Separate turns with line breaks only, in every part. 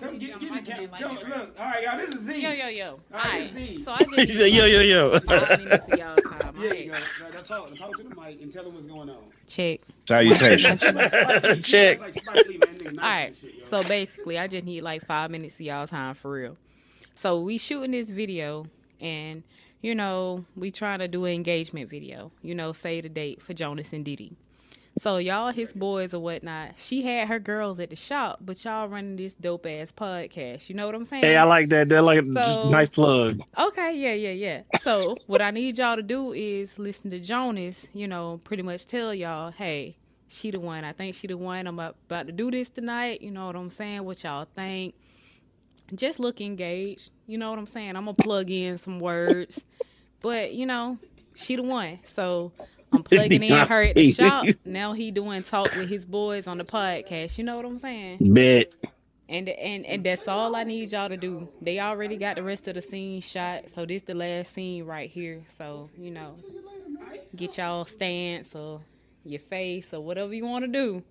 I can do my
Come,
different.
look, all right, y'all. This is Z.
Yo, yo, yo.
All right,
Hi.
it's Z.
So I just
you say yo yo yo.
I don't even see y'all time.
Yeah,
Alright.
you go. Now, now talk, now talk to the mic and tell them what's going on.
Check.
Salutations.
She's like Spike Lee. She's
Check.
like Spike Lee, man. Nigga, nice and
All right.
shit, yo.
So basically, I just need like five minutes of y'all time for real. So we shooting this video, and you know we trying to do an engagement video. You know, say the date for Jonas and Diddy. So y'all, his boys or whatnot. She had her girls at the shop, but y'all running this dope ass podcast. You know what I'm saying?
Hey, I like that. That like
So-
nice plug.
Okay, yeah, yeah, yeah. So what I need y'all to do is listen to Jonas, you know, pretty much tell y'all, hey, she the one. I think she the one. I'm up, about to do this tonight. You know what I'm saying? What y'all think? Just look engaged. You know what I'm saying? I'm gonna plug in some words, but you know, she the one. So I'm plugging in her at the shop. Now he doing talk with his boys on the podcast. You know what I'm saying?
Bet.
And and
Mm.
and that's all I need y'all to do. They already got the rest of the scene shot, so this the last scene right here. So you know, get y'all stance or your face or whatever you want to do.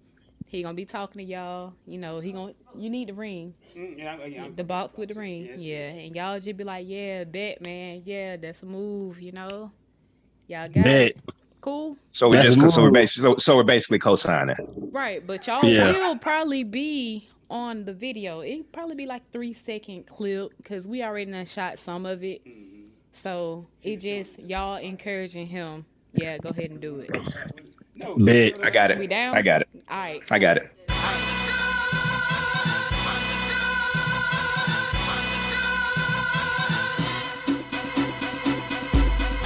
He gonna be talking to y'all. You know, he gonna you need the ring,
Mm, yeah, yeah,
the box with the ring.
Yes,
yeah, and y'all just be like, yeah, bet, man, yeah, that's a move. You know, y'all got
Bet.
it. cool.
So we
That's
just so we're
normal.
basically so, so we're basically co-signing.
Right, but y'all
Yeah.
will probably be on the video. It probably be like three second clip because we already done shot some of it. So it just y'all encouraging him. Yeah, go ahead and do it.
No,
Bet.
so-
I got
We
it.
down?
I got it.
All right.
I got it.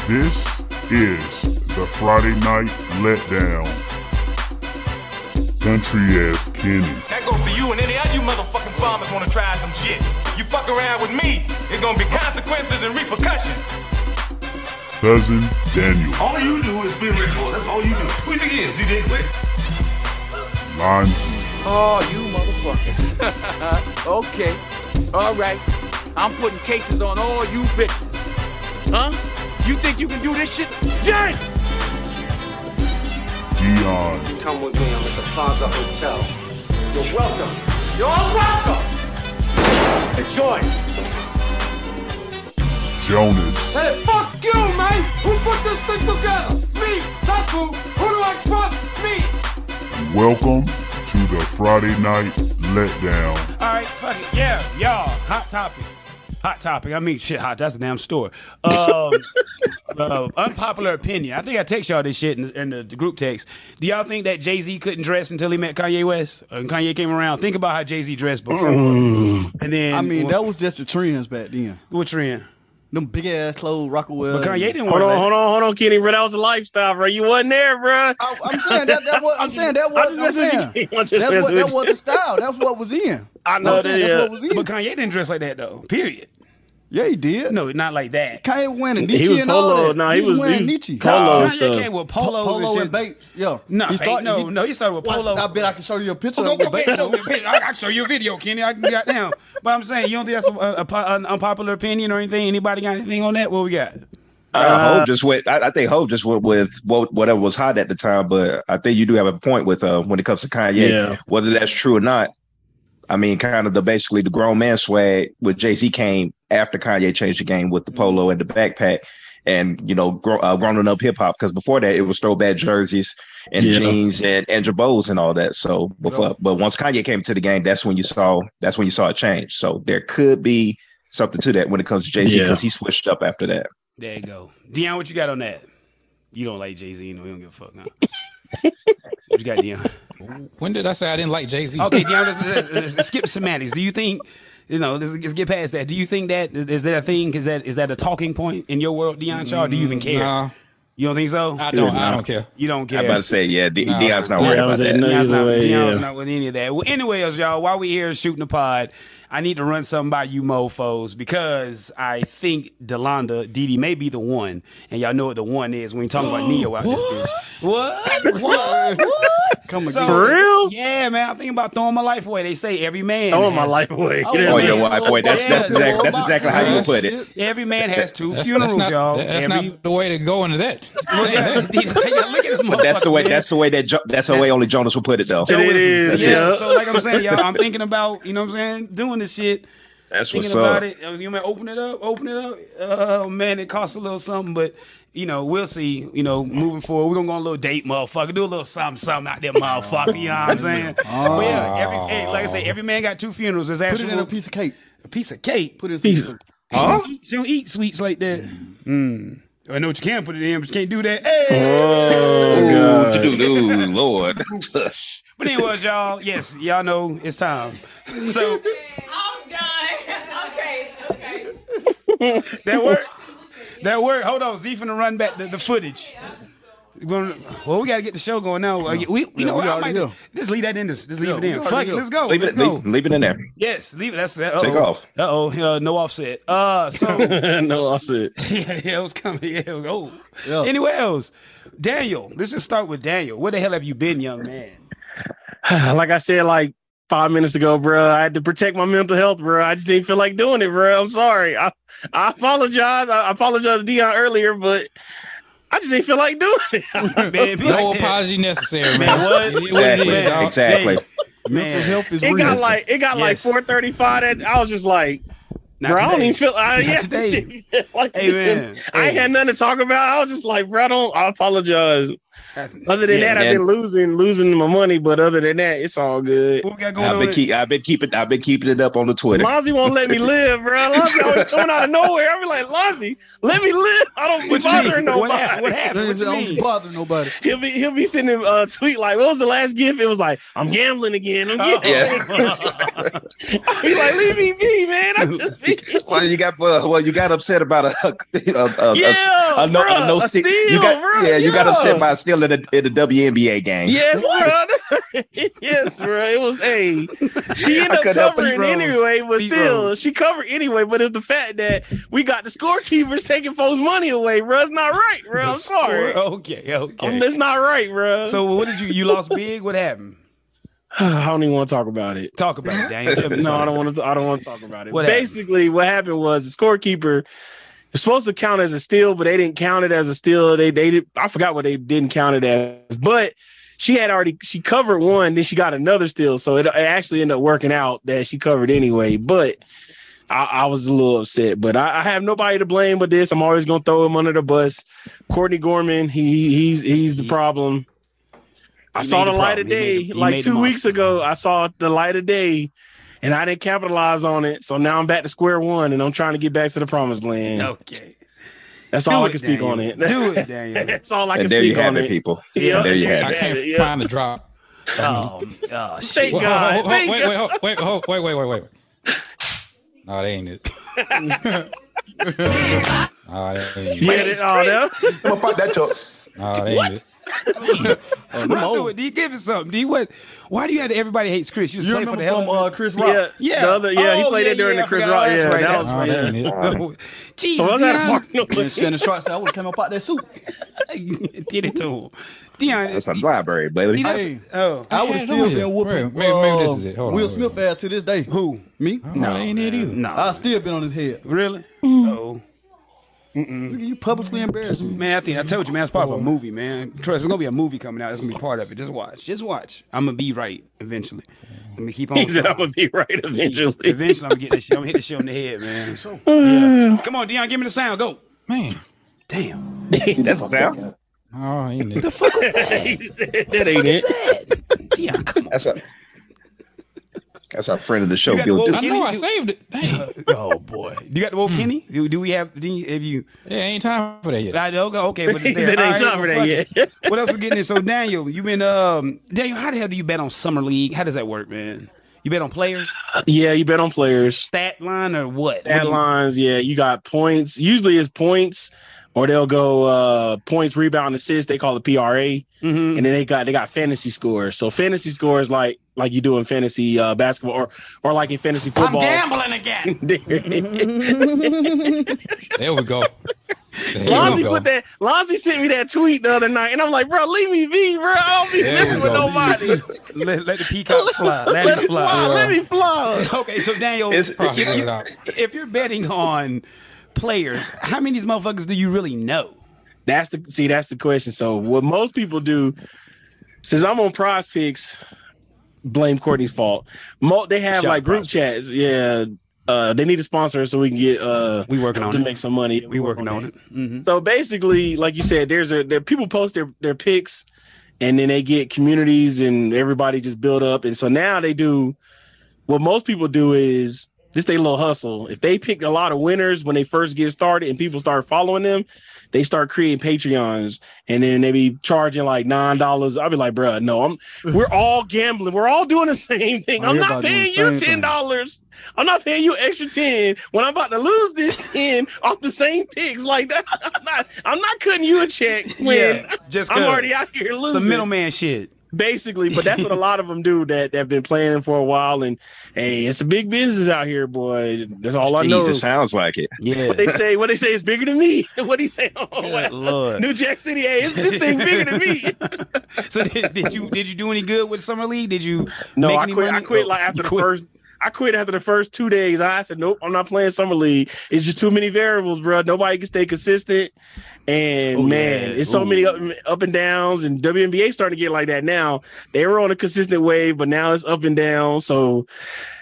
This is the Friday Night Letdown. Country ass Kenny.
That goes for you and any other you motherfucking farmers wanna try some shit. You fuck around with me, it's gonna be consequences and repercussions.
Cousin Daniel.
All you do is be reckless. That's all you do. Who you think it is, DJ Quick?
Lonzy.
Oh, you motherfuckers. okay. All right. I'm putting cases on all you bitches. Huh? You think you can do this shit? Yes!
Dion.
Come with me, I'm at the Plaza Hotel. You're welcome.
You're all welcome! Enjoy.
Jonas.
Hey, fuck you, man! Who put this thing together? Me! That's who! Who do I trust? Me!
Welcome to the Friday Night Letdown.
All right, fuck it. Yeah, y'all. Hot topic. Hot topic. I mean, shit, hot. That's a damn store. Um, uh, unpopular opinion. I think I text y'all this shit in, in the, the group text. Do y'all think that Jay Z couldn't dress until he met Kanye West? And Kanye came around. Think about how Jay Z dressed before.
Mm.
And then,
I mean,
wh-
that was just the trends back then.
what trend?
Them big ass clothes, uh, Rockawell.
But Kanye didn't
Hold
wear
on,
that.
hold on, hold on, Kenny. Bro, that was a lifestyle, bro. You wasn't there, bro.
I, Oh, I'm saying that, that was. I'm saying that was. I'm,
just messing
saying
with you. uh, I'm just
that was,
messing
that
with
was the style. That's what was in.
I
You know
know
what I'm
that.
saying? That's what
Yeah.
was in.
But Kanye didn't dress like that though. Period.
Yeah, he did.
No, not like that.
Kanye winning
He
Nietzsche
was
and all
polo.
that.
Nah,
he,
he was- he
wearing
was
Nietzsche.
polo.
Kanye
stuff.
came with
Polo,
polos and
and
shit.
Bates. Yeah.
No,
he
ain't- no, no, he started with
Watch,
polo.
I bet I can show you a picture
Well,
of him
go,
with
go,
Bates.
go,
on.
go, go, I, I'll show you a video, Kenny. I can got down. But I'm saying, you don't think that's a, a, a- an unpopular opinion or anything? Anybody got anything on that? What we got?
Uh, Hope just went. I, I think Hope just went with what whatever was hot at the time. But I think you do have a point with uh, when it comes to Kanye,
Yeah.
whether that's true or not. I mean, kind of the basically the grown man swag with Jay Z came after Kanye changed the game with the polo and the backpack, and you know, grow, uh, grown up hip hop. Because before that, it was throwback jerseys and
Yeah.
jeans and and jabos and all that. So before, but once Kanye came to the game, that's when you saw that's when you saw a change. So there could be something to that when it comes to Jay Z
Yeah.
because he switched up after that.
There you go. Dion, what you got on that? You don't like Jay Z, you know, you don't give a fuck, huh? what you got, Dion?
When did I say I didn't like Jay Z?
Okay, Dion, let's, let's- let's skip semantics. Do you think, you know, let's, let's get past that. Do you think that, is that a thing? Is that is that a talking point in your world, Dion Shaw? Do you even care?
Nah,
You don't think so?
I don't. I don't care.
You don't care.
I'm about to say, yeah, D-
Nah.
Dion's not
Yeah,
worried
I
about
was at
that.
no-
Dion's
either
not,
way,
Dion's
yeah.
not with any of that. Well, anyways, y'all, while we here shooting the pod, I need to run something by you mofos because I think Delonda, Dee Dee may be the one. And y'all know what the one is. We ain't talking about Neo out this bitch. What? What?
Come
So-
again.
For real?
Yeah, man. I'm thinking about throwing my life away. They say every man.
Throwing my
has-
life away.
Oh,
Get his
Oh,
yeah.
name.
your wife. Wait, that's that's
Yeah.
exactly that's exactly how you
Yeah.
put it.
Every man has two
That's,
funerals,
that's not,
y'all.
that- that's
every,
not the way to go into that.
Look
Saying
at
that.
Dee Dee say, yeah, look at this
But that's the
motherfucker,
way.
man.
That's the way that. Jo- that's the way only Jonas would put it, though.
It is,
Yeah.
yeah.
So like I'm saying, y'all, I'm thinking about, you know what I'm saying, doing this shit.
That's
thinking about it. Uh, You may open it up, open it up. Oh man, it costs a little something, but you know we'll see. You know, moving forward, we're gonna go on a little date, motherfucker. Do a little something, something out there, motherfucker. You know what I'm saying? But yeah, every, hey, like I say, every man got two funerals. It's
Put
actually
it in a piece of cake.
A piece of cake.
Put it in some
Piece
sort-
Huh? She, don't eat sweets like that.
Mm-hmm.
Mm. I know what you can put it in, but you can't do that. Hey!
Oh, dude, ooh, Lord.
But anyways, y'all, yes, y'all know it's time. So
I'm done. okay, okay.
that work, that work. Hold on, Z finna run back the, the footage. We're gonna- Well, we gotta get the show going now. Uh, We, you
Yeah,
know,
we
what, I
already
might
here.
just leave that in. This, just leave
Yeah,
it
we
in.
already
Fuck it,
here.
let's go.
Leave
let's
it,
go.
leave, leave it in there.
Yes, leave it. That's that.
Take off.
Uh oh, no offset. Uh, so
no, I said.
yeah, yeah, it was coming. Yeah, it was, oh,
Yeah.
anywhere else? Daniel, let's just start with Daniel. Where the hell have you been, young man?
like I said, like five minutes ago, bro. I had to protect my mental health, bro. I just didn't feel like doing it, bro. I'm sorry. I, I apologize. I, I apologized to Dion earlier, but I just didn't feel like doing it.
Man, it be
No
like that.
apology necessary, man.
Man, what?
It is what it
Exactly.
is, dog.
Exactly.
Hey,
Mental
man.
health is
It
real.
got like it got like
Yes.
435. That I was just like,
Not
bro, I don't
today.
even feel. I,
Not
yeah,
today.
didn't feel like
Hey,
doing-
man.
I
Hey.
ain't had nothing to talk about. I was just like, bro, I don't. I apologize. Other than
Yeah,
that, I've
man.
been losing losing my money, but other than that, it's all good.
What we got going
I've been
on?
keep, I've been keeping, I've been keeping it up on the Twitter.
Lonzy won't let me live, bro. Lonzy always coming out of nowhere. I be like, Lonzy, let me live. I don't be
what you mean?
bothering
What happened? What
nobody.
They
happened? What
ain't- they
you
don't
mean?
bother nobody.
He'll be he'll be sending a tweet like, "What was the last gift?" It was like, "I'm gambling again." I'm
Oh.
gambling. He like, "Leave me be, man. I'm just be."
Well, you got well, well, you got upset about a a, a, a-
Yeah,
a no,
bruh,
a no
a
stick.
steal,
you got
bruh,
yeah, you got
yeah.
upset by a steal in the, in the WNBA game.
Yes, bro. yes, bro. It was a. She ended up
couldn't help but
covering
Pete Rose.
anyway, but
Pete
still,
Rose.
she covered anyway. But it's the fact that we got the scorekeepers taking folks' money away, bro. It's not right, bro. I'm
The score-
sorry.
Okay, okay.
Um, that's not right, bro.
so what did you? You lost big. What happened?
I don't even want to talk about it.
Talk about it, Daniel. Tell me
No, I
something.
don't want to. I don't want to talk about it.
What happened?
Basically, what happened was the scorekeeper was supposed to count as a steal, but they didn't count it as a steal. They they did, I forgot what they didn't count it as, but she had already she covered one, then she got another steal, so it, it actually ended up working out that she covered anyway. But I, I was a little upset, but I, I have nobody to blame but this. I'm always gonna throw him under the bus. Courtney Gorman, he he's he's the
He-
problem. I
he made
saw the
the
light
problem.
of
He made
day
the- he
like
made the
two weeks
monster.
ago. I saw the light of day, and I didn't capitalize on it. So now I'm back to square one, and I'm trying to get back to the promised land.
Okay.
That's
Do
all I
it,
can speak on it.
Daniel. Do it, Daniel.
That's all I can
and there
speak
you
on
have it,
it.
people.
Yeah.
And there you
I
have it.
can't
Yeah.
find the drop.
Oh, oh shit.
Thank
Wait,
God.
hold- hold-
Thank
wait, wait, hold- wait, hold- wait, wait, wait, wait. No, that ain't it. no, that ain't it.
Yeah, that- oh, that-
I'm gonna pop that tux.
No, that ain't it.
Run through it. D, give it something. D, what? Why do you have to, everybody hates Chris? You was
You
playing for
remember
the hell
from
of
uh,
it.
Chris Rock?
yeah,
Yeah.
The other, yeah, he
Oh,
played
yeah,
it during
yeah,
the Chris
I forgot.
Rock.
Oh, that's
Yeah,
right.
that
That's
was.
No, that ain't it.
Oh, Jesus,
uh, I was at a
Dion,
park- no,
And Shannon Sharp said, I would have came up out that suit.
get it to him. Dion,
That's my library, baby.
he
I-
doesn't- oh,
I would
Yeah,
have still
yeah.
been whooping.
Maybe- maybe this
uh,
is it. Hold on,
Will
wait,
Smith
wait. Oh.
ass to this day.
who?
Me?
No, that ain't it either.
No,
I still been on his head.
really?
Mm.
Oh.
Mm.
Look at You publicly embarrassed me.
Man, I think I told you, man, it's part
Oh.
of a movie, man. Trust, it's gonna be a movie coming out. It's gonna be part of it. Just watch. Just watch. I'm gonna be right eventually. Let me keep on.
He said, "I'm gonna be right eventually."
eventually, I'm gonna get this shit. I'm gonna hit this shit on the head, man. Yeah. Come on, Dion, give me the sound. Go.
Man.
Damn.
That's the sound.
No, that ain't it.
that ain't it.
Dion, come on.
That's a that's our friend of the show,
You got
Bill.
woke
Duke.
I know I saved it. Dang.
Oh boy, you got the
Hmm.
old Kenny? Do, do we have? Do you, have you?
Yeah, ain't time for that yet.
I know, okay, okay, but it's
He said
there.
ain't
All
time for
well,
that
fuck it. what else we getting? In? So Daniel, you been um Daniel? How the hell do you bet on summer league? How does that work, man? You bet on players,
Yeah, you bet on players.
stat line, or what? What
Ad
do you-
lines, yeah, you got points. Usually it's points, or they'll go uh points, rebound, assist. They call it PRA,
Mhm.
and then they got they got fantasy scores. So fantasy scores like like you do in fantasy uh, basketball, or or like in fantasy football.
gambling again.
There we go. There we
Lonzy
go.
put that. Lonzy sent me that tweet the other night, and I'm like, bro, leave me be, bro. I don't be
There
messing
we
with
go.
nobody.
Let, let the peacock fly. Let,
Let
it
me fly.
fly.
Let me fly.
Okay, so Daniel,
It's-
Process
if,
it
you,
out.
if you're betting on players, how many of these motherfuckers do you really know?
That's the see. That's the question. So what most people do, since I'm on Prize Picks, blame Courtney's fault. Mo, they have
Shout out
like group
Prize Picks.
chats. Yeah. Uh, they need a sponsor so we can get uh
we working on
to
it.
make some money.
We working on it. Mm-hmm.
Mm-hmm.
So basically, like you said, there's a there people post their their picks, and then they get communities and everybody just build up. And so now they do what most people do is this they little hustle. If they pick a lot of winners when they first get started and people start following them, they start creating Patreons and then they be charging like nine dollars. I'll be like, bruh, no, I'm we're all gambling. We're all doing the same thing. I'm not
Everybody Oh, doing
paying
the
you ten
same thing.
dollars. I'm not paying you extra ten when I'm about to lose this ten off the same picks. Like that, I'm not I'm not cutting you a check when
Yeah, just
I'm
'cause.
already out here losing
Some middleman shit.
basically but that's what a lot of them do that have been playing for a while and hey it's a big business out here boy that's all i know
Jeez, it sounds like it.
Yeah.
what they say what they say is bigger than me what do you say oh,
Good
wow.
Lord.
new jack city hey it's this thing bigger than me
So did, did you did you do any good with summer league? Did you
no
make
i
any
quit i
money?
quit
Oh,
like after
you
the
quit.
first I quit after the first two days. I said, "Nope, I'm not playing summer league. It's just too many variables, bro. Nobody can stay consistent, and
Oh,
man,
yeah.
it's so
Ooh.
many up, up and downs. And WNBA starting to get like that now. They were on a consistent wave, but now it's up and down. So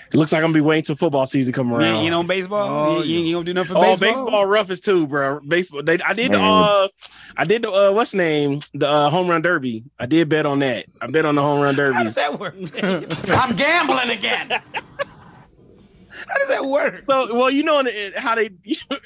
it looks like I'm gonna be waiting till football season come
You ain't-
around.
you know baseball.
Oh,
you, you ain't gonna do nothing for
Oh,
baseball.
baseball, rough is too, bro. Baseball. They, I did the,
Man.
uh, I did the uh, what's the name the uh, home run derby. I did bet on that. I bet on the home run
How
derby.
does that work? How
I'm gambling again.
does that work?
So, well, you know in- in how they,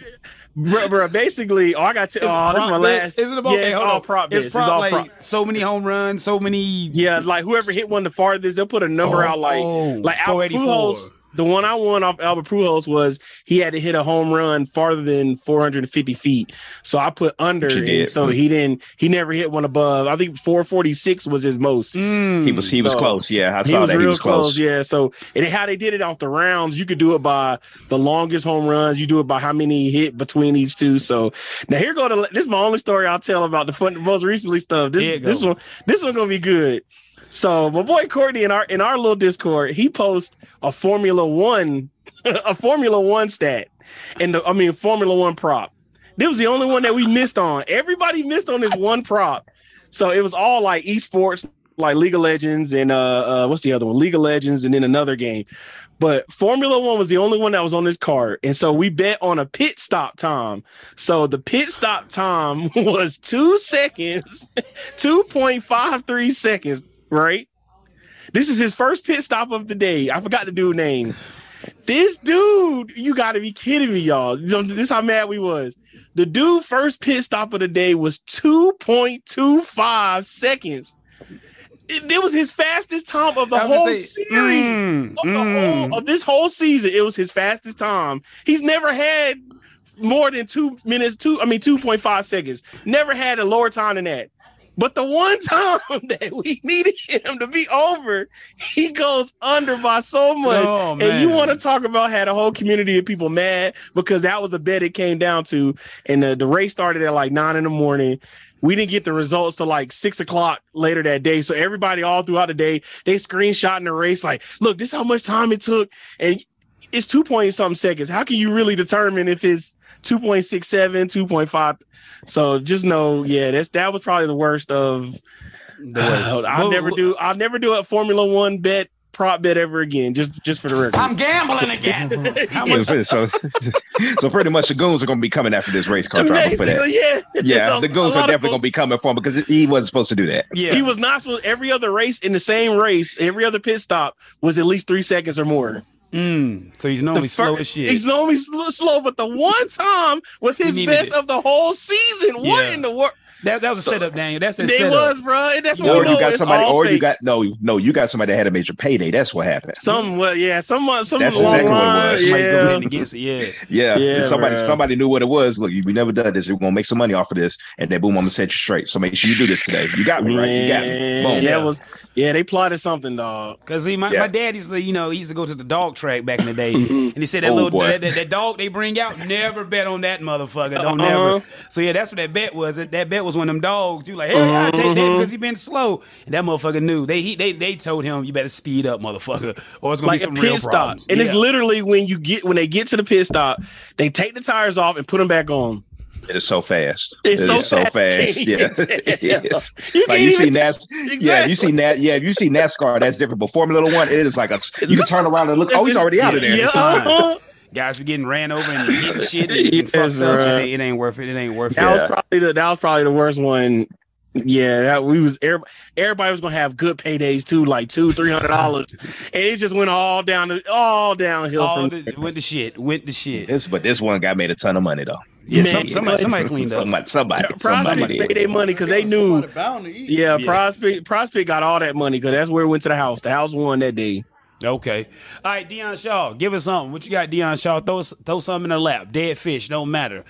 bro, bro. Basically, oh, I got to. Oh, this is my
Prop
last.
bets? Isn't it about
yeah, it's all prop bets. It's, all prop.
like so many home runs, so many.
Yeah, like whoever hit one the farthest, they'll put a number
Oh,
out. Like,
oh,
like Albert
484.
Pujols. The one I won off Albert Pujols was he had to hit a home run farther than 450 feet. So I put under,
Which he
and
did.
so he didn't. He never hit one above. I think 446 was his most.
Mm.
He was he was
No.
close. Yeah, I
He
saw
was
that.
real
He was close.
yeah. So and how they did it off the rounds, you could do it by the longest home runs. You do it by how many he hit between each two. So now here go to this is my only story I'll tell about the fun, most recently stuff.
Here
This
it
this
go.
one this one gonna be good. So my boy Courtney in our in our little Discord, he posts a Formula One a Formula One stat and the, I mean Formula One prop. This was the only one that we missed on. Everybody missed on this one prop. So it was all like esports, like League of Legends and uh, uh what's the other one? League of Legends and then another game. But Formula One was the only one that was on this card. And so we bet on a pit stop time. So the pit stop time was two seconds, 2.53 seconds, right? This is his first pit stop of the day. I forgot the dude name. This dude, you gotta be kidding me, y'all. You know, This how mad we was. The dude first pit stop of the day was 2.25 seconds. It, it was his fastest time of the
I was gonna
whole
say,
series
mm,
of, the
mm.
whole, of this whole season, it was his fastest time. He's never had more than two minutes, two, I mean, 2.5 seconds. Never had a lower time than that. But the one time that we needed him to be over, he goes under by so much.
Oh,
and you
man.
want to talk about had a whole community of people mad because that was the bet it came down to. And the, the race started at like nine in the morning. We didn't get the results till like six o'clock later that day. So everybody all throughout the day, they screenshotting the race, like, look, this is how much time it took. And it's two point something seconds. How can you really determine if it's 2.67, 2.5? So just know, yeah, that's that was probably the worst of
The worst.
I'll
Well,
never
well,
do I'll never do a Formula One bet prop bet ever again. Just just for the record.
I'm gambling again.
How
Yeah,
much?
so, so pretty much the goons are going to be coming after this race car driver for that.
Basically, yeah.
Yeah,
So
the goons
a lot
are
of
definitely going to be coming for him because he wasn't supposed to do that.
Yeah,
He was not supposed. Every other race in the same race, every other pit stop was at least three seconds or more.
Mm, so he's
The
normally slow
fir-
as shit.
He's normally sl- slow, but the one time was his
needed
best
it.
of the whole season. What
Yeah.
in the world?
that, that was a setup, Daniel. That's that
They
setup.
was, bro. And that's what
Or
we know.
you got
it's
somebody,
all
or you
fake.
got no, no, you got somebody that had a major payday. That's what happened.
some. Well, yeah, some. uh, Some
That's
long
exactly what it
line.
was.
Somebody
Yeah.
coming in against it. Yeah,
Yeah,
Yeah,
and somebody
bruh.
somebody knew what it was. Look, you- we never done this. You're gonna make some money off of this, and then boom, I'm gonna set you straight. So make sure you do this today. You got me, right? You got me.
Man,
Boom.
That was yeah. They plotted something, dog.
Cause he, my,
Yeah.
my dad used to, you know, he used to go to the dog track back in the day, and he said that
Oh,
little
boy.
that, that, that dog they bring out never bet on that motherfucker, don't
Uh-uh.
never. So yeah, that's what that bet was. That, that bet was one of them dogs. You like, hell yeah, I take
Uh-huh.
that because he been slow. And that motherfucker knew they he, they they told him you better speed up, motherfucker, or it's gonna
Like
be
a
some real
pit stop,
problems.
and it's
Yeah.
literally when you get when they get to the pit stop, they take the tires off and put them back on.
It is so fast.
It's
It
so
is so
fast.
fast. Yeah, it is.
You
Like
can't
you see
even tell-
Nas, yeah, you see Nat, yeah, you see NASCAR. That's different. But Formula One, it is like a you can turn around and look. Oh, he's already out of there.
Yeah,
Fine.
uh-huh.
Guys be getting ran over and hitting shit and,
Yes,
getting fucked up.
bruh.
and it, it ain't worth it. It ain't worth
That
it.
was probably the that was probably the worst one. Yeah, that we was everybody, everybody was gonna have good paydays too, like two, three hundred dollars, and it just went all down the all downhill
All
from
the, went the shit, went the shit.
This, but this one guy made a ton of money though.
Yeah, some- somebody-
somebody cleaned up.
Somebody, somebody,
Prospects
somebody
paid
did.
their money because they knew.
Yeah.
Yeah, prospect prospect got all that money because that's where it went to the house. The house won that day.
Okay. All right, Deion Shaw, give us something. What you got, Deion Shaw? Throw s- throw something in the lap. Dead fish, don't matter.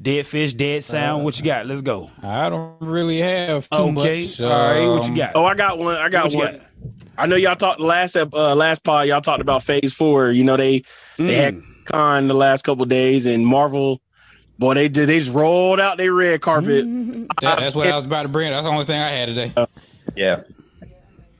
Dead fish, dead sound. what you got? Let's go.
I don't really have too
okay.
much,
All right, what you
um,
got?
Oh, I got one. I got
What you
one. I know y'all talked last ep- uh, last pod. Y'all talked about Phase Four. You know they they had con the last couple days and Marvel. Boy, they did. They just rolled out their red carpet.
That- that's what I was about to bring. That's the only thing I had today.
Yeah.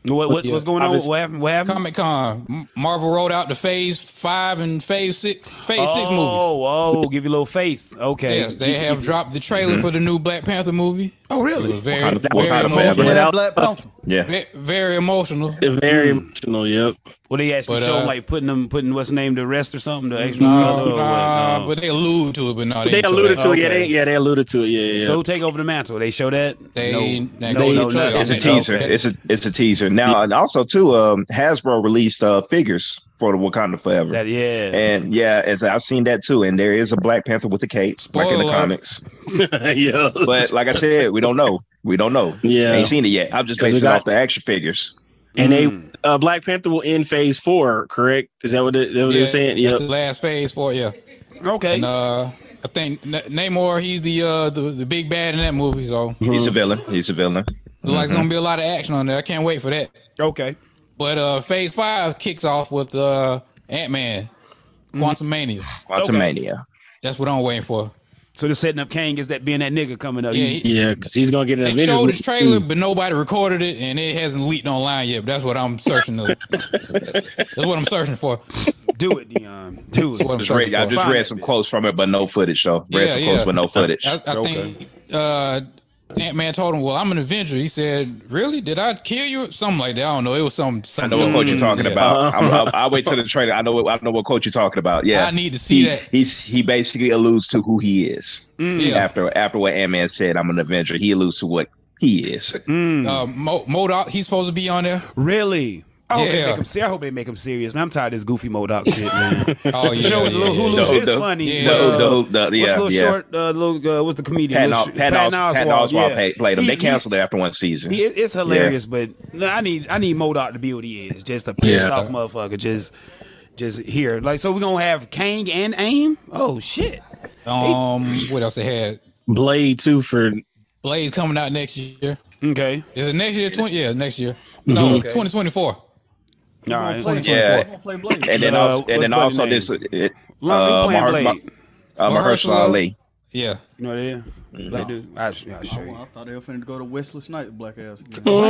What, what-
Yeah.
what's going on?
Obvious-
What happened? What happened?
Comic Con. M- Marvel rolled out the Phase Five and Phase Six, Phase Six movies.
Oh, oh, give you a little faith. Okay.
Yes, they
Keep-
have
keep-
dropped the trailer for the new Black Panther movie.
Oh,
It
really?
was very,
Wakanda-
very
Wakanda
emotional.
forever.
That Black Panther.
Yeah.
Ve- Very emotional.
They're very emotional. Yep.
Well, they actually
But,
show
uh,
like putting them, putting what's name to rest or something. The actual
Nah,
brother or what?
Uh,
uh,
nah,
No.
but they allude to it, but no, they,
They
ain't show
alluded
that.
to it.
Okay.
Yeah, they, yeah, they alluded to it. Yeah, yeah. yeah.
So take over the mantle. They show that.
They-
no,
they-
no, no,
they-
no.
It's a
Okay,
teaser.
okay.
It's a it's a teaser. Now and also too, um, Hasbro released uh figures for the Wakanda Forever.
That yeah.
and yeah, as I've seen that too, and there is a Black Panther with a cape, like in
Spoiler.
the comics.
yeah.
But like I said, we don't know. We don't know.
Yeah.
ain't seen it yet. I'm just
'Cause we
basing it
got-
off the action figures.
and they uh, Black Panther will end Phase Four. Correct? Is that what, they, that what
Yeah,
they're saying?
that's
Yep.
the last phase for it, yeah.
Okay.
And uh, I think Na- Namor, he's the uh the, the big bad in that movie, so looks
Mm-hmm.
He's a villain. He's a villain.
like it's gonna be a lot of action on there. I can't wait for that.
Okay.
But uh, phase five kicks off with uh Ant Man, Quantum Mania.
Quantumania.
That's what I'm waiting for.
So they're setting up Kang is that being that nigga coming up.
Yeah,
You-
he-
Yeah, because he's gonna get an
they showed
Avengers.
this trailer, but nobody recorded it, and it hasn't leaked online yet. But that's what I'm searching. to- that's what I'm searching for.
do it, Dion. Do it.
That's what I'm
Just read,
searching
I
for.
just
Find
read
that
some
bit.
quotes from it, but no footage. So read
Yeah,
some quotes,
yeah.
but no footage.
I, I think uh, Ant Man told him, "Well, I'm an Avenger." He said, "Really? Did I kill you?" Something like that. I don't know. It was some.
I
some
know what quote you're talking
Yeah.
about. I'm,
Uh-huh.
I'm, I'll wait till the trailer. I know. What, I know what quote you're talking about. Yeah,
I need to see
he,
that. Mm,
He's he basically alludes to who he is
Yeah.
after after what Ant Man said. I'm an Avenger. He alludes to what he is.
Uh, Mo- Modoc, he's supposed to be on there.
Really? I hope, they
Yeah.
make him, see, I hope they make him serious, man. I'm tired of this goofy Modoc shit, man.
Oh yeah,
Show
yeah,
the little
yeah,
Hulu
yeah.
No,
shit's
the-
funny.
yeah,
Uh,
the-
what's
the- yeah,
little
yeah.
short, uh, little, uh, what's the comedian?
Pat,
Little
Ol-
sh-
Pat, Os- Pat Oswald
yeah.
played, played him.
He-
they
he-
canceled it after one season.
He, it's hilarious, but no, I need I need Modoc to be what he is, just a pissed
Yeah.
off motherfucker. Just just here, like so. We gonna have Kang and Aim. Oh shit!
Um, what else they had?
Blade too for
Blade coming out next year.
Okay,
Is it next year? Twenty? Yeah, next year. No,
Okay.
twenty twenty four.
all right.
Play,
Yeah.
I'm gonna play Blade.
and then
Uh,
also,
what's
and then
buddy
also
name?
this uh, it-
Lonzo
uh,
playing
Mahar-
Blade.
Ma- uh, Mahershala
Mahershala.
Ali.
Yeah.
You know that? Black dude. I, I show
Oh,
you.
I thought they were finna go to Wesley Snipes, black ass.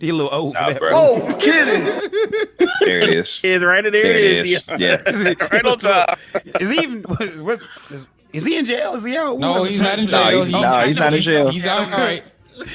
He a little old for
Nah,
that.
bro.
Oh, kidding!
There it is.
is right there.
There it is. Yeah.
right on top.
Is he even? What's, is, is he in jail? Is he out?
No,
What's
he's
the-
not in
No,
jail.
he- no, he's not in jail.
He's out. All right.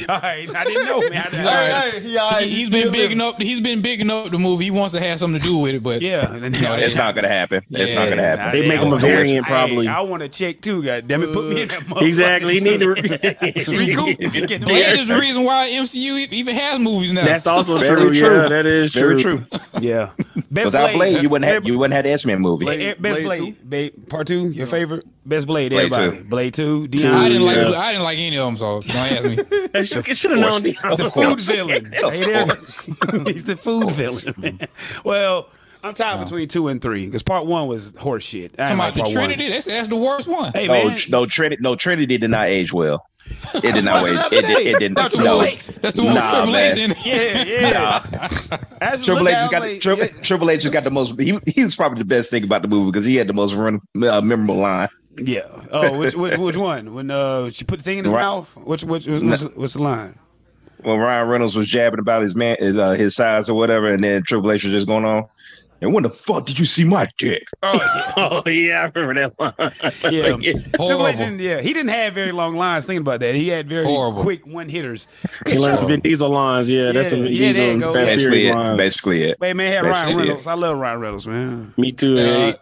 All right, I didn't know, man. I didn't-
He's all right.
Hey, he all right.
He,
He's
has been
still
bigging
living.
up. He's been bigging up the movie. He wants to have something to do with it, but
Yeah, and then-
No,
It's not gonna happen. It's
Yeah.
not gonna happen.
They make him a variant, probably.
Hey, I want to check too. God damn it, put me in that motherfucker.
Exactly. He need to
recoup. Get the
Blade is the reason why MCU e-, even has movies now.
That's also
Very
true.
true.
Yeah, that is true.
Very true.
Yeah, best
Without Blade, you wouldn't have
Blade-
you wouldn't have the X Men movie.
Blade, best
Blade
Blade, Blade, part two, your favorite, best Blade,
Blade
everybody,
two.
Blade two,
I
Dion,
didn't like.
Yeah.
I didn't like any of them. So don't ask me.
You should have known. Deion.
Of
food
course.
villain.
Of
Hey, there-
course.
he's the food villain. man. Well, I'm tied between two and three because part one was horse shit. I ain't
Come out
like
the
part one.
Trinity. That's that's the worst one.
Hey
No,
man,
Tr- no Trinity, no Trinity did not age well. It did not
That's
age.
another
It, did-
day.
it didn't.
That's the
no.
worst.
That's the one with
Nah,
Triple H uh,
man.
in it.
yeah, yeah. As
Triple
look
H has
out,
got
like,
Triple,
yeah.
Triple H has got the most. He, he was probably the best thing about the movie because he had the most run, uh, memorable line.
Yeah. Oh, which which, which one? When uh, she put the thing in his
Right.
mouth. Which which what's, what's, what's the line?
When Ryan Reynolds was jabbing about his man, his uh, his size or whatever, and then Triple H was just going on. And when the fuck did you see my dick?
Oh yeah, I remember that one.
Yeah. Triple H
Horrible.
didn't- yeah. He didn't have very long lines. Thinking about that, he had very
Horrible.
quick one hitters.
He learned Vin Diesel lines. Yeah, that's the
Yeah,
Vin
yeah, there
Diesel
you
and
go.
Fast
Basically,
Furious
it,
lines.
basically it.
Wait, man, had
That's
Ryan
it.
Reynolds. I love Ryan Reynolds, man.
Me too.
Uh,
eh?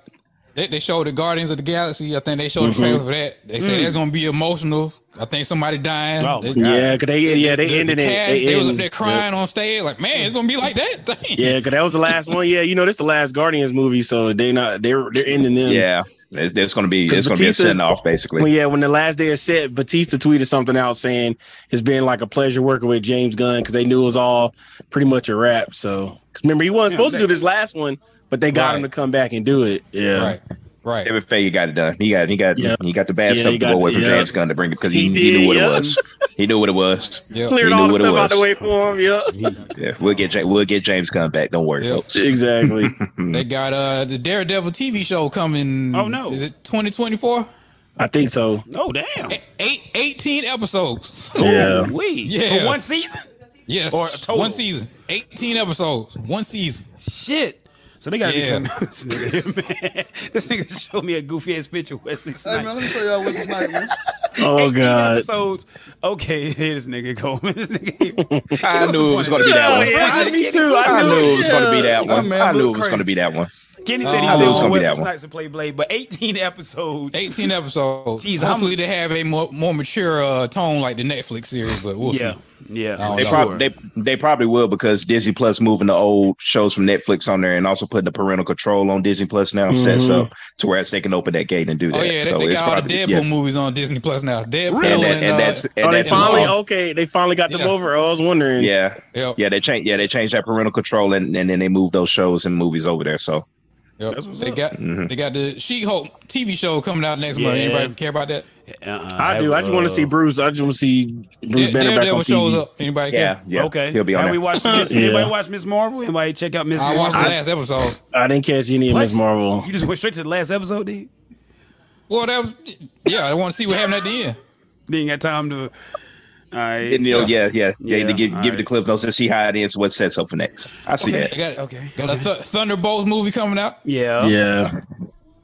They, they showed the Guardians of the Galaxy. I think they showed
Mhm.
the trailer for that. They said
Mm.
it's gonna be emotional. I think somebody dying.
Oh, my
They-
God. Yeah, 'cause they- yeah, they
the- the
ended it.
cast,
They
They, was up
ended-
there crying
yeah.
on stage, like, man, it's gonna be like that. Dang.
Yeah, because that was the last one. Yeah, you know, this the last Guardians movie, so they not they're they're ending them.
Yeah, it's, it's gonna be
'Cause
it's gonna be a
Batista-
send off basically.
Well, yeah, when the last day is set, Batista tweeted something out saying it's been like a pleasure working with James Gunn because they knew it was all pretty much a wrap. So 'cause remember, he wasn't
Yeah,
supposed
they-
to do this last one, but they got him to come back and do it. Yeah,
Right,
right.
David Faye got it done. He got he got
Yeah.
he got the bad
Yeah,
stuff
he
to go
got-
away from
yeah.
James Gunn to bring it because he,
He
he
did,
knew what
yeah.
it was. He knew what it was.
cleared
He knew
all the
what it
stuff out the
was.
way for him. Yeah,
Yeah, we'll get Ja- we'll get James Gunn back. Don't worry, folks.
Exactly.
They got uh the Daredevil TV show coming.
Oh, no.
is it 2024?
I think so.
Oh damn!
Eight, 18 episodes.
Yeah.
Wee.
Yeah.
For one season.
Yes,
Or a total?
one season, 18 episodes, one season.
Shit. So they gotta
Yeah.
do something. This nigga, man. This nigga showed me a goofy ass picture of Wesley
Hey,
Snipes.
man, let me show y'all what this night, man.
Oh god.
Episodes. Okay, here this nigga go. This nigga. Get
I
us
knew it was gonna be that one.
Yeah,
Yeah,
I
me
just-
too.
I knew it was gonna be that
Yeah,
one.
man,
I knew
look
it was gonna
crazy.
be that one.
Kenny said he
I
still
knew it
was
on
gonna be
Wesley
that one.
Snipes to play Blade, but 18 episodes.
18 episodes.
Jeez,
Jeez,
I'm-
Hopefully they have a more, more mature uh, tone like the Netflix series, but we'll
Yeah,
see.
yeah.
Oh,
They
no.
probably they, they probably will because Disney Plus moving the old shows from Netflix on there and also putting the parental control on Disney Plus now sets
Mhm.
up to where they can open that gate and do that.
Oh yeah, they,
so
they
it's
got all the
probably
Deadpool
yeah.
movies on Disney Plus now. Deadpool
and, that, and
uh,
that's and
Oh, they
that's
finally
all.
okay. They finally got them
Yeah.
over. I was wondering.
yeah
yep,
yeah they changed yeah they changed that parental control and, and then they moved those shows and movies over there. So
yep.
That's what's
They
up.
got they got the She-Hulk TV show coming out next month.
Yeah.
Anybody care about that?
Uh-uh,
I do. I just want to see Bruce. I just want to see Bruce Banner
Da-
back on
Daredevil shows
TV.
up. Anybody
yeah
care?
yeah
Okay.
he'll be on
Have we
there.
watched Miss,
Yeah.
Anybody watch Miss Marvel? Anybody check out Miss
I
Marvel?
watched the last episode.
I didn't catch any of
What?
Miss Marvel.
You just went straight to the last episode, dude.
Well, that was, yeah, I want to see what happened at the end.
Didn't got time to. All right.
And, you know, yeah, yeah, yeah.
Yeah,
they give
all
give it the
right.
clip notes and see how it is, what sets up for next. I see
They
that.
got
Okay.
Got a th- Thunderbolts movie coming out.
yeah.
Yeah.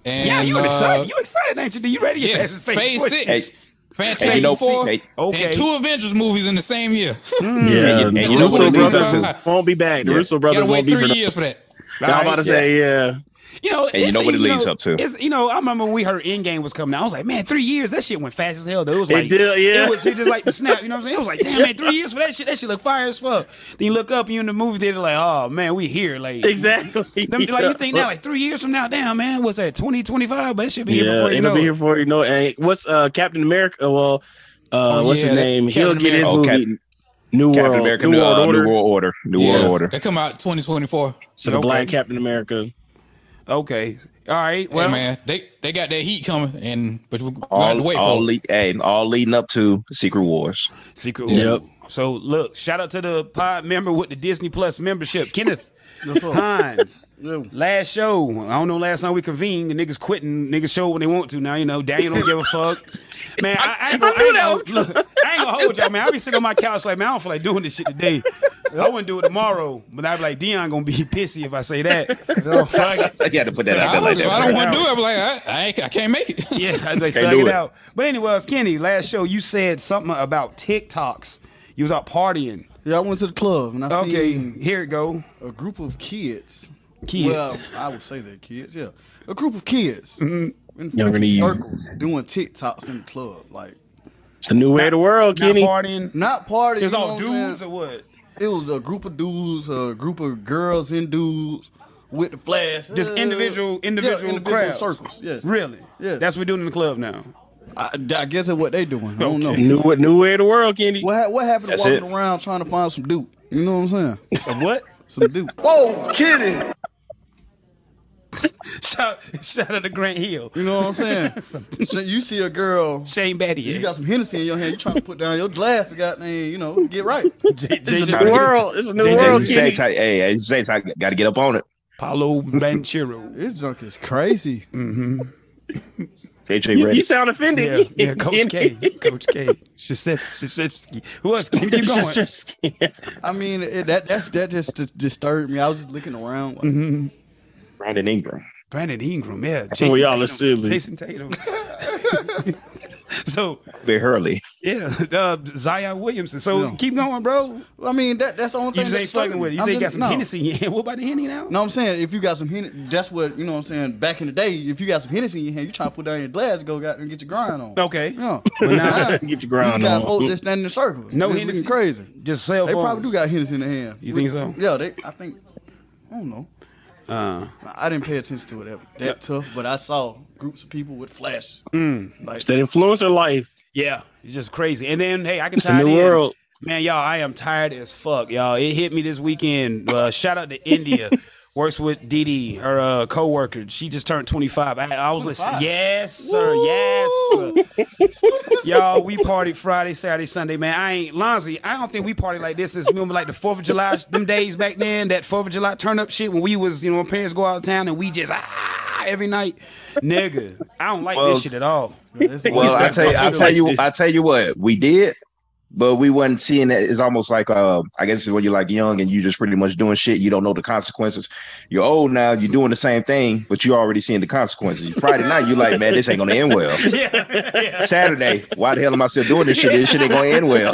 And,
Yeah, you
uh,
excited? You excited, ain't you? D? You ready? to get
Yes,
past
Phase
Four?
Six,
Hey,
Fantastic
And you know,
Four,
hey,
Okay.
and two Avengers movies in the same year.
Yeah,
And you-
the
and you know
Russo
what it leads up
brothers
to?
won't be back. The
Yeah.
Russo brothers
Gotta wait
won't be for
three
that.
years for that.
I'm about to say, yeah.
You know,
you
it's-
know what it
you
leads
know,
up to.
It's, you know, I remember when we heard Endgame was coming out. I was like, man, three years. That shit went fast as hell. Though it was
It
like,
did, yeah.
it was it just like the snap. You know what I'm saying? It was like, damn, man, three years for that shit. That shit look fire as fuck. Then you look up, you in the movie theater, like, oh man, we here. Like
Exactly.
Them- like you think now, like three years from now, damn man, what's that? Twenty twenty five, but it should be
yeah,
here before you
it'll
know.
be
it.
here before you know. it. And what's uh Captain America? Well, uh,
Oh,
what's
yeah,
his
that-
name?
Captain
He'll get his
America.
movie. New
Captain
World,
America,
New World
uh,
Order.
New World Order, New
Yeah,
World Order.
That come out 2024.
So the
Okay.
Black Captain America.
Okay, all right. Well,
hey man, they they got that heat coming, and but we we have
all,
to wait
all,
for. it.
lead, hey, all leading up to Secret Wars.
secret.
Yep.
So look, shout out to the pod member with the Disney Plus membership, Kenneth
What's up?
Hines.
Yeah.
Last show, I don't know. Last time we convened, the niggas quitting, niggas show when they want to. Now you know, Daniel don't give a fuck. Man, I, I ain't gonna, I ain't gonna, look, I ain't gonna hold y'all, man. I be sitting on my couch like, man, I don't feel like doing this shit today. I wouldn't do it tomorrow, but I'd be like, Dion gonna be pissy if I say that. Fuck it.
You had to put that
I,
out there
don't-
like
if I
that.
don't
man.
want to do it. I'm like I, I, ain't, I can't make it.
Yeah, I was like,
Can't
thug
do
it,
it.
out. But anyways, Kenny, last show you said something about TikToks. You was out partying.
Yeah, I went to the club and I
Okay,
seen
here it go.
a group of kids.
Kids.
Well, I would say they're kids. Yeah, a group of kids
Mm-hmm.
in
Younger than
fucking
you.
circles doing TikToks in the club, like
It's the new way of the world,
Not
Kenny.
partying.
not partying.
It was
you know
all
what I'm saying?
dudes or what?
It was a group of dudes, a group of girls and dudes with the flash.
Just
Uh,
individual,
yeah,
individual,
individual
crowds.
circles. Yes,
Really?
Yes.
That's what we doing in the club now.
I, I guess that's what they doing. I don't know.
New what? New way of the world, Kenny.
What, ha- what happened
That's
to walking
it.
around trying to find some dude? You know what I'm saying?
Some what?
Some dude.
Whoa, kidding.
Shout, shout out to Grant Hill,
You know what I'm saying? so you see a girl,
Shane
you
Battier,
got some Hennessy in your hand, you trying to put down your glass, you got you know, get right.
J-
It's
J-
a new world. It's a new world,
Zay,
Kenny.
Ty- hey, hey, Zay, Ty- gotta get up on it.
Paulo Banchero.
This junk is crazy.
JJ
You,
ready.
you sound
Yeah,
offended.
yeah, Coach K,
Kenny.
Coach K, Shasevsky. Who else? Keep keep going.
I mean, it, that that's that just dis- disturbed me. I was just looking around. Like,
Mm-hmm.
Brandon Ingram.
Brandon Ingram, yeah.
y'all Oh, are
Tatum.
silly.
Jason Tatum. So
Very Hurley.
yeah, uh, Zion Williamson. So
Yeah.
keep going, bro.
I mean, that that's the only
You
thing
just
that
ain't
struck
fucking
me.
with it. You
I'm
say you got
just-
some
no.
Hennessy. in your hand. What about the Henny now?
No, I'm saying if you got some Hennessy, that's what you know. what I'm saying back in the day, if you got some Hennessy in your hand, you try to put down your glass, go out and get your grind on.
Okay.
Yeah,
But now
Nah,
Get your
these
grind
got folks
on.
just standing in circles.
No
It's
Hennessy?
looking crazy.
just cell
They
phones.
probably do got Hennessy in their hand.
You think so? Uh.
Yeah, they. I think. I don't know. I I didn't pay attention to it that, that tough, but I saw groups of people with flashes.
It's that influencer life.
Yeah, it's just crazy. And then hey, I can
It's a
tie it
new
in.
world.
Man, y'all, I am tired as fuck, y'all. It hit me this weekend. Uh, shout out to India. Works with Dee Dee, her uh, coworker. She just turned 25. I, I was listening. Yes, sir. Yes, sir. y'all, we partied Friday, Saturday, Sunday, man. I ain't, Lonzy, I don't think we party like this since remember like the 4th of July, them days back then, that 4th of July turn up shit when we was, you know, my parents go out of town and we just, ah, every night. Nigga, I don't like
Well-
this shit at all.
Well, I tell you, I tell you, I tell you what, we did, but we wasn't seeing that. It's almost like, uh, I guess when you're like young and you just pretty much doing shit, you don't know the consequences. You're old now, you're doing the same thing, but you're already seeing the consequences. Friday night, you like, man, this ain't gonna end well. Saturday, why the hell am I still doing this shit? This shit ain't gonna end well.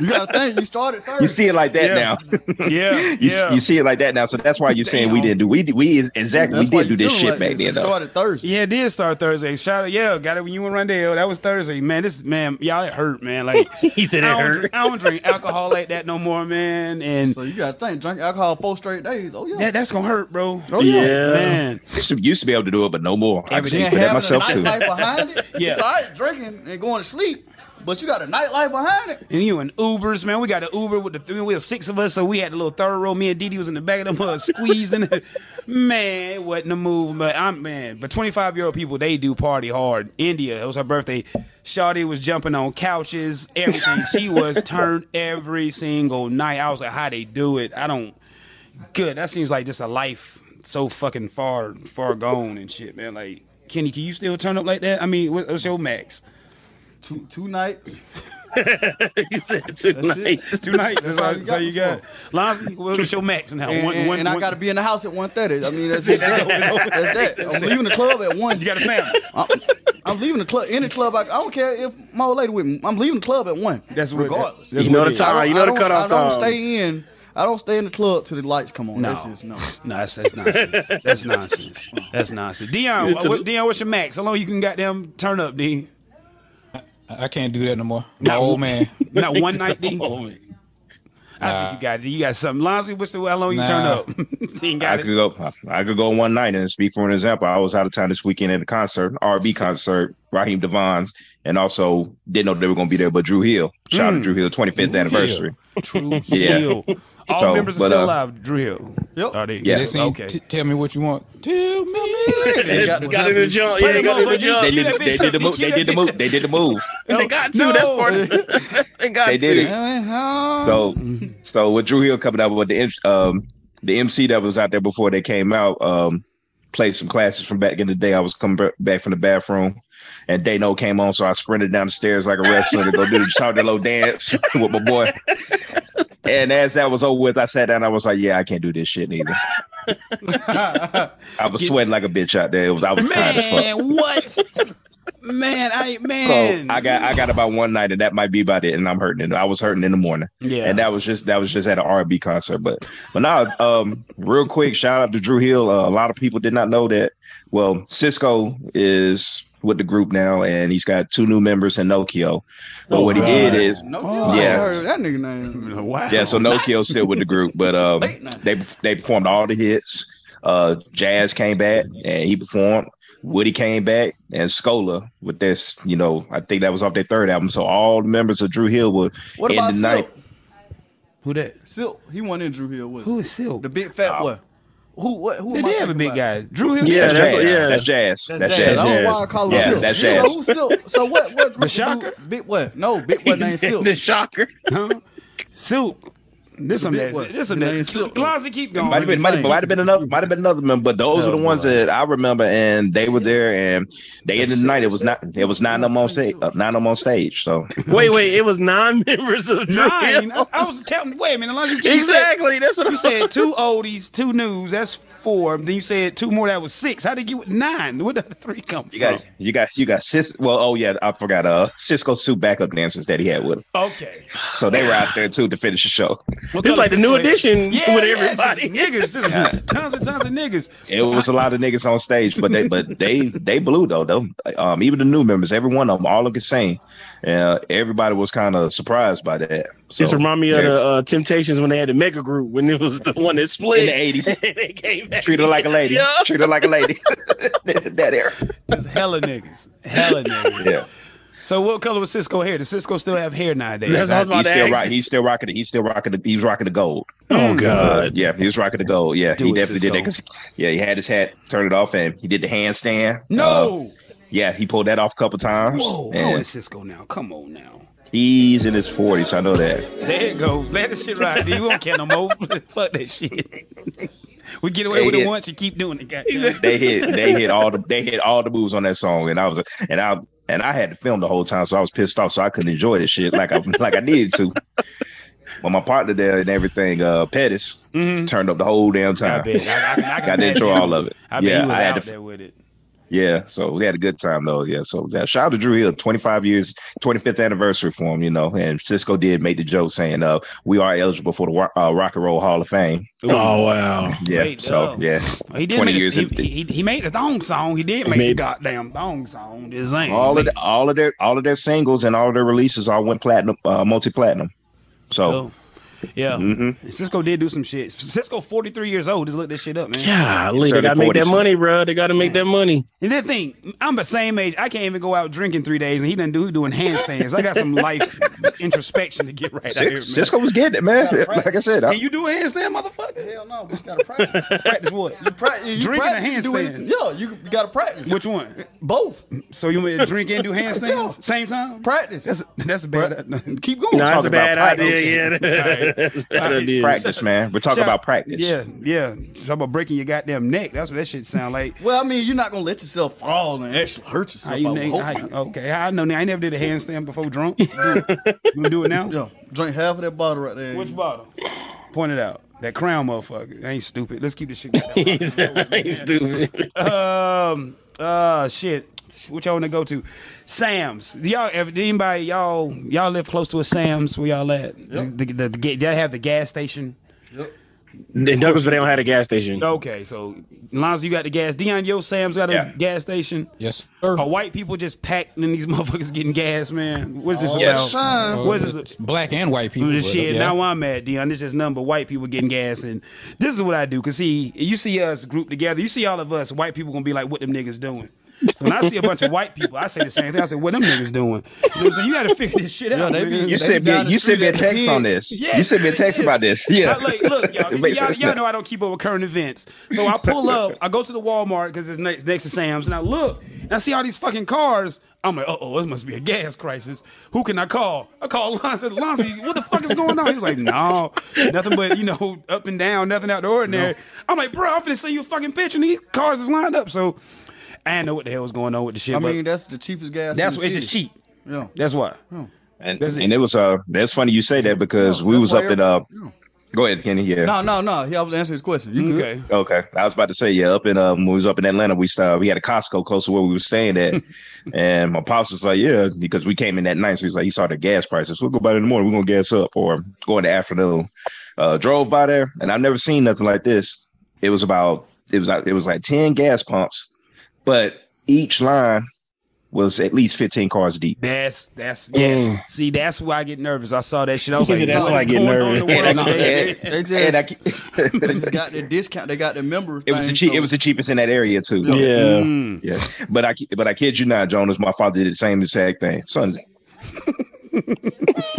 You gotta think. You started third.
You see it like that
Yeah.
now.
Yeah.
You,
yeah.
you see it like that now. So that's why you're saying we
Damn.
didn't do. We did- we is- exactly we
That's why
did do
you
this
feeling
shit
like
back
this. You
then though.
Started Thursday.
Yeah, it did start Thursday. Shout out, yeah, got it when you and Rondell. That was Thursday, man. This man, y'all it hurt, man. Like
He said
I
it
don't,
hurt.
drink, I don't drink alcohol like that no more, man. And
So you gotta think. Drink alcohol four straight days. Oh yeah.
that, that's gonna hurt, bro.
oh yeah.
Man,
Used to- Used to be able to do it, but no more. I
Every
just
day.
And
put that
having
myself
a
too.
nightlife behind it.
Yeah.
It's all right drinking and going to sleep, but you got a nightlife behind it.
and you and Ubers, man. We got an Uber with the three wheel, six of us, so we had a little third row. Me and Didi was in the back of them, uh, squeezing. it. man, it wasn't a move, but I'm man. But 25 year old people, they do party hard. India, it was her birthday. Shawty was jumping on couches, everything. she was turned every single night. I was like, how they do it? I don't. Good. That seems like just a life so fucking far, far gone and shit, man. Like, Kenny, can you still turn up like that? I mean, what, what's your max?
Two two nights.
he said two
That's it.
nights.
Two nights. That's
That's
all
all you
that's all you got.
got
Lonzy, what was your max now?
And,
One-
and-
one-
and I
one-
got to be in the house at 1.30. I mean, that's just that. That's that. I'm leaving the club at 1.
You got a family.
I'm, I'm leaving the club. Any club, I, I don't care if my old lady with me. I'm leaving the club at 1.
That's what.
regardless.
That's
You know
what
the
it is.
time.
I don't-
you know
I
the
don't-
cutoff
I don't
time.
stay in. I don't stay in the club till the lights come on.
No.
That's just no.
No, that's, that's nonsense. That's nonsense. That's nonsense. Dion,
It's a-
what, Dion, what's your max? How long you can goddamn turn up, D?
I I can't do that no more. My old man.
Not one night, D.
Oh, man.
I think you got it. You got something. Lonzy, what's the how long you turn
Nah.
up? you ain't
I
got
could
it.
go. I could go one night and speak for an example. I was out of town this weekend at a concert, R&B concert, Raheem Devon's, and also didn't know they were going to be there. But Drew Hill, shout out to Drew Hill, 25th anniversary.
True.
Yeah,
Hill. All
So,
members are
but,
still
uh,
alive. Drill.
Yep.
Are they?
Yeah.
This ain't
Okay.
t- tell me what you want. Tell me.
They got the
Got in the jump. Yeah,
Play
they got
the
in
motherfucker.
the
they
jump.
did.
that
They
bitch
did the
up.
move.
Cue
They
that
did the
bitch
move.
up.
They did the move.
They got to.
No.
That's part of it. They got
They
to.
did it.
So
So,
Oh.
so with Drew Hill coming out with the um the MC that was out there before they came out um played some classes from back in the day. I was coming b- back from the bathroom. And Dano came on, so I sprinted down the stairs like a wrestler to go do the shout that little dance with my boy. And as that was over with, I sat down. I was like, "Yeah, I can't do this shit neither." I was sweating like a bitch out there. It was I was tired as fuck.
Man, what? Man, I
So
man.
I got I got about one night, and that might be about it. And I'm hurting. it. I was hurting in the morning.
Yeah.
and that was just that was just at an R&B concert. But but now, um, real quick, shout out to Drew Hill. Uh, a lot of people did not know that. Well, Cisco is with the group now, and he's got two new members in Nokia.
Oh,
But what he did is.
no,
Oh. yeah.
yeah. I heard that nigga name.
Wow.
Yeah, so Nokio's still with the group, but um,
Late night.
they they performed all the hits. Uh, Jazz came back and he performed. Woody came back and Scola with this, you know, I think that was off their third album. So all the members of Drew Hill were
What
in
about
the night.
Silk?
Who that?
Silk, he went in Drew Hill. Was
Who is Silk?
the big fat boy? Who? What? Who?
They
am I
did have a
thinking
big
about?
guy. Drew Hill.
Yeah,
That's,
that's-
jazz.
yeah.
that's jazz.
That's,
That's
jazz.
jazz.
I don't know
jazz.
why I call him
Yeah,
Silk.
that's
So who's
jazz.
Silk? So what? What? group
Shocker?
dude- Big what? No, big what
He
named
said
Silk.
The shocker.
Huh? Silk. This some that. This some that. Lonzo, keep going.
Might have been, might have, might have been another, might have been another member, but those were the ones that I remember, and they were there, and they ended the night. It was not, it was nine of them on stage, uh, nine of them on stage. So
Wait, wait, it was nine members of Drew
Nine.
Hill.
I, I was counting. Wait a minute, Lonzo, you
Exactly,
Said,
that's what
you
I'm-
said. Two oldies, two news. That's four. Then you said two more. That was six. How did you get nine? Where did the three come
you
from?
got, you got, you got Cis. Well, oh yeah, I forgot. Uh, Cisco's two backup dancers that he had with him,
Okay.
so they were out there too to finish the show.
It's like the new edition
Yeah,
with
yeah, it's just
everybody.
niggas, just tons and tons of niggas.
It was a lot of niggas on stage, but they but they they blew though. Though um, even the new members, every one of them, all of them same. Uh, everybody was kind of surprised by that. So,
This remind me of
yeah.
the uh, Temptations when they had the mega group when it was the one that split
In the 80s.
And they came back.
treat her like a lady.
Yeah.
Treat her like a lady. that era.
Just hella niggas, hella niggas.
Yeah.
So what color was Cisco hair? Does Cisco still have hair nowadays?
That's what I was about
He's
to
still
ask.
rock, he's still rocking it. He's still rocking the he's rocking the gold. Uh,
Oh
Mm.
God!
Yeah, he was rocking the gold. Yeah,
Do
he
it,
definitely did that.
Cisco.
'cause- yeah, he had his hat, turned it off, and he did the handstand. Uh,
no.
yeah, he pulled that off a couple times.
Whoa, how old
and
is Cisco now? Come on now.
he's in his forties. I know that.
There you go. Let the shit ride. You won't care no more. Fuck that shit. we get away
They
with it
hit-
once. You keep doing it. Goddamn.
They hit they hit all the they hit all the moves on that song, and I was and I and I had to film the whole time, so I was pissed off, so I couldn't enjoy this shit like I like I needed to. But my partner there and everything, uh, Pettis, turned up the whole damn
Mm-hmm. Mm. I
time.
bet. I, I, can- I, can
Got to enjoy
imagine.
all of it.
I bet
yeah,
he was
I had
out
to
there with it.
Yeah, so we had a good time though. Yeah, so that shout out to Drew Hill, 25 years, 25th anniversary for him, you know. And Cisco did make the joke saying, "Uh, we are eligible for the Wa- uh, Rock and Roll Hall of Fame."
Oh wow!
Yeah,
Great
so
job.
yeah,
He did
20
make
years.
a,
of-
he, he, he made a thong song. He did make a
made-
goddamn thong song. This ain't
all of the, all of their all of their singles and all of their releases all went platinum, uh, multi platinum. So,
So, yeah,
Mm-hmm.
Cisco did do some shit. Cisco, forty three years old. Just look this shit up, man.
Golly, they
Started
gotta make that
40s.
money, bro. They gotta make that money.
And that thing, I'm the same age. I can't even go out drinking three days, and he done do he doing handstands. I got some life introspection to get right. out here, man.
Cis- Cisco was getting it, man.
Yeah,
Like I said, I-
Can you do a handstand, motherfucker?
Hell no, but you gotta practice.
Practice what?
pra- you
Drinking a
practice, you do
handstand.
anything. Yeah, you you gotta practice.
Which one?
Both.
So you want me to drink and do handstands same time?
Practice.
That's that's a bad.
Keep going.
Nah, that's a
talking about
bad idea. Yeah, that's a bad idea.
practice, man. We're talking
Shout-
about practice.
Yeah, yeah. Talk about breaking your goddamn neck. That's what that shit sound like.
Well, I mean, you're not gonna let yourself fall and actually hurt yourself.
How
I
you
would
name,
hope.
how you- okay, I know now. I ain't never did a handstand before drunk. You gonna do it now?
Yeah, drink half of that bottle right there.
Which bottle? Point it out. That crown motherfucker. Ain't stupid. Let's keep this shit.
He's stupid.
um uh shit. What y'all wanna go to? Sam's. Do y'all ever did anybody y'all y'all live close to a Sam's where y'all at? The, the, the, ga- they have the gas station.
In Douglasville, they don't have a gas station.
Okay, so Lonzo, you got the gas. Dion, yo, Sam's got a
Yeah.
gas station.
Yes, sir.
Are white people just packed and these motherfuckers getting gas, man? What's this
Yes.
about?
Son,
Uh,
What is
it's black and white people.
Well,
but,
shit,
yeah.
now I'm mad, Dion. It's just nothing but white people getting gas, and this is what I do. Cause see, you see us grouped together. You see all of us white people gonna be like, "What them niggas doing?" So when I see a bunch of white people, I say the same thing. I say, "What them niggas doing?" You know what I'm saying? You gotta figure this shit out.
they
nigga.
be-
You
They
sent
down
me
the
you
street
sent me a
at the
text on
kid.
this.
Yes,
you sent me a text
yes.
about this. Yeah.
I, like, look, y'all,
It makes
y'all,
sense
y'all
now.
know I don't keep up with current events. So I pull up, I go to the Walmart because it's next, next to Sam's, and I look and I see all these fucking cars. I'm like, uh oh, this must be a gas crisis. Who can I call? I call Lonzo. Lonzo, what the fuck is going on? He was like, no, nothing but, you know, up and down, nothing out the ordinary. I'm like, bro, I'm finna send you a fucking picture, and these cars is lined up. So I didn't know what the hell was going on with the shit.
I
but
mean, that's the cheapest gas.
that's
in
what
the
it's just
city.
cheap.
Yeah.
That's why.
Oh, And,
That's it.
and it was uh that's funny you say that because we
that's
was
why
up at uh
every-
go ahead, Kenny. Yeah.
No, no, no. He I was answering his question. You good?
Okay.
Okay. I was about to say, yeah, up in uh when we was up in Atlanta, we saw we had a Costco close to where we were staying at. and my pops was like, Yeah, because we came in that night. So he's like, he saw the gas prices. We'll go by in the morning, we're gonna gas up or go in the afternoon. Uh drove by there and I've never seen nothing like this. It was about it was like- it was like 10 gas pumps, but each line was at least 15 cars deep.
That's that's yes. See, that's why I get nervous. I saw that shit. I was like,
That's
"What
why I
is
get
going on
nervous."
in the world
And I-
today?"
and-
They just,
and I
they
ke-
just got their discount. They got their member.
It was the
thing,
cheap.
so-
It was the cheapest in that area too.
Mm.
Yeah.
yeah. But I, ki- but I kid you not, Jonas. My father did the same exact thing. Son,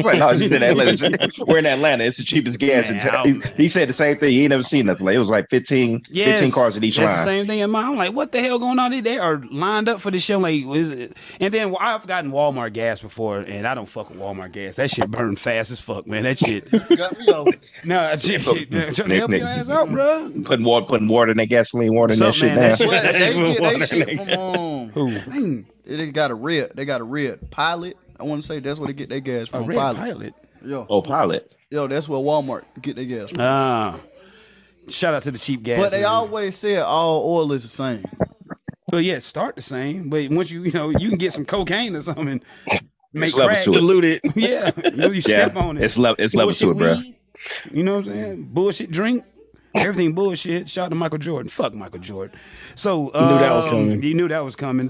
Right, no, he's in Atlanta. We're in Atlanta. It's the cheapest gas in town. He, he said the same thing. He ain't never seen nothing. Like, it was like 15, 15 cars at each
that's
line.
the same thing in mine. I'm like, what the hell going on? They- They are lined up for this shit. I'm like, is it? and then well, I've gotten Walmart gas before, and I don't fuck with Walmart gas. That shit burn fast as fuck, man. That shit.
Got me over.
no, that shit, trying to help your ass out, bro.
Putting water, putting water in that gasoline, water in that
What's up,
shit
man? That
now.
shit-
But they get
Water
they
in
shit
that-
from um,
Who?
dang, they got a red. They got a red pilot. I want to say that's where they get their gas from.
red pilot?
Yo.
Oh, pilot.
Yo, that's where Walmart get their gas from.
Ah, shout out to the cheap gas.
but they
man.
always said all oil is the same.
Well, yeah, it start the same, but once you you know you can get some cocaine or something, and make
levels
crack
to it.
dilute it. yeah, you, know, you step
Yeah,
on it.
it's lev- it's levels to it,
Bullshit
bro.
weed, You know what I'm saying? Bullshit drink, everything bullshit. Shout out to Michael Jordan. Fuck Michael Jordan. So
Knew that was
um,
coming.
You knew that was coming.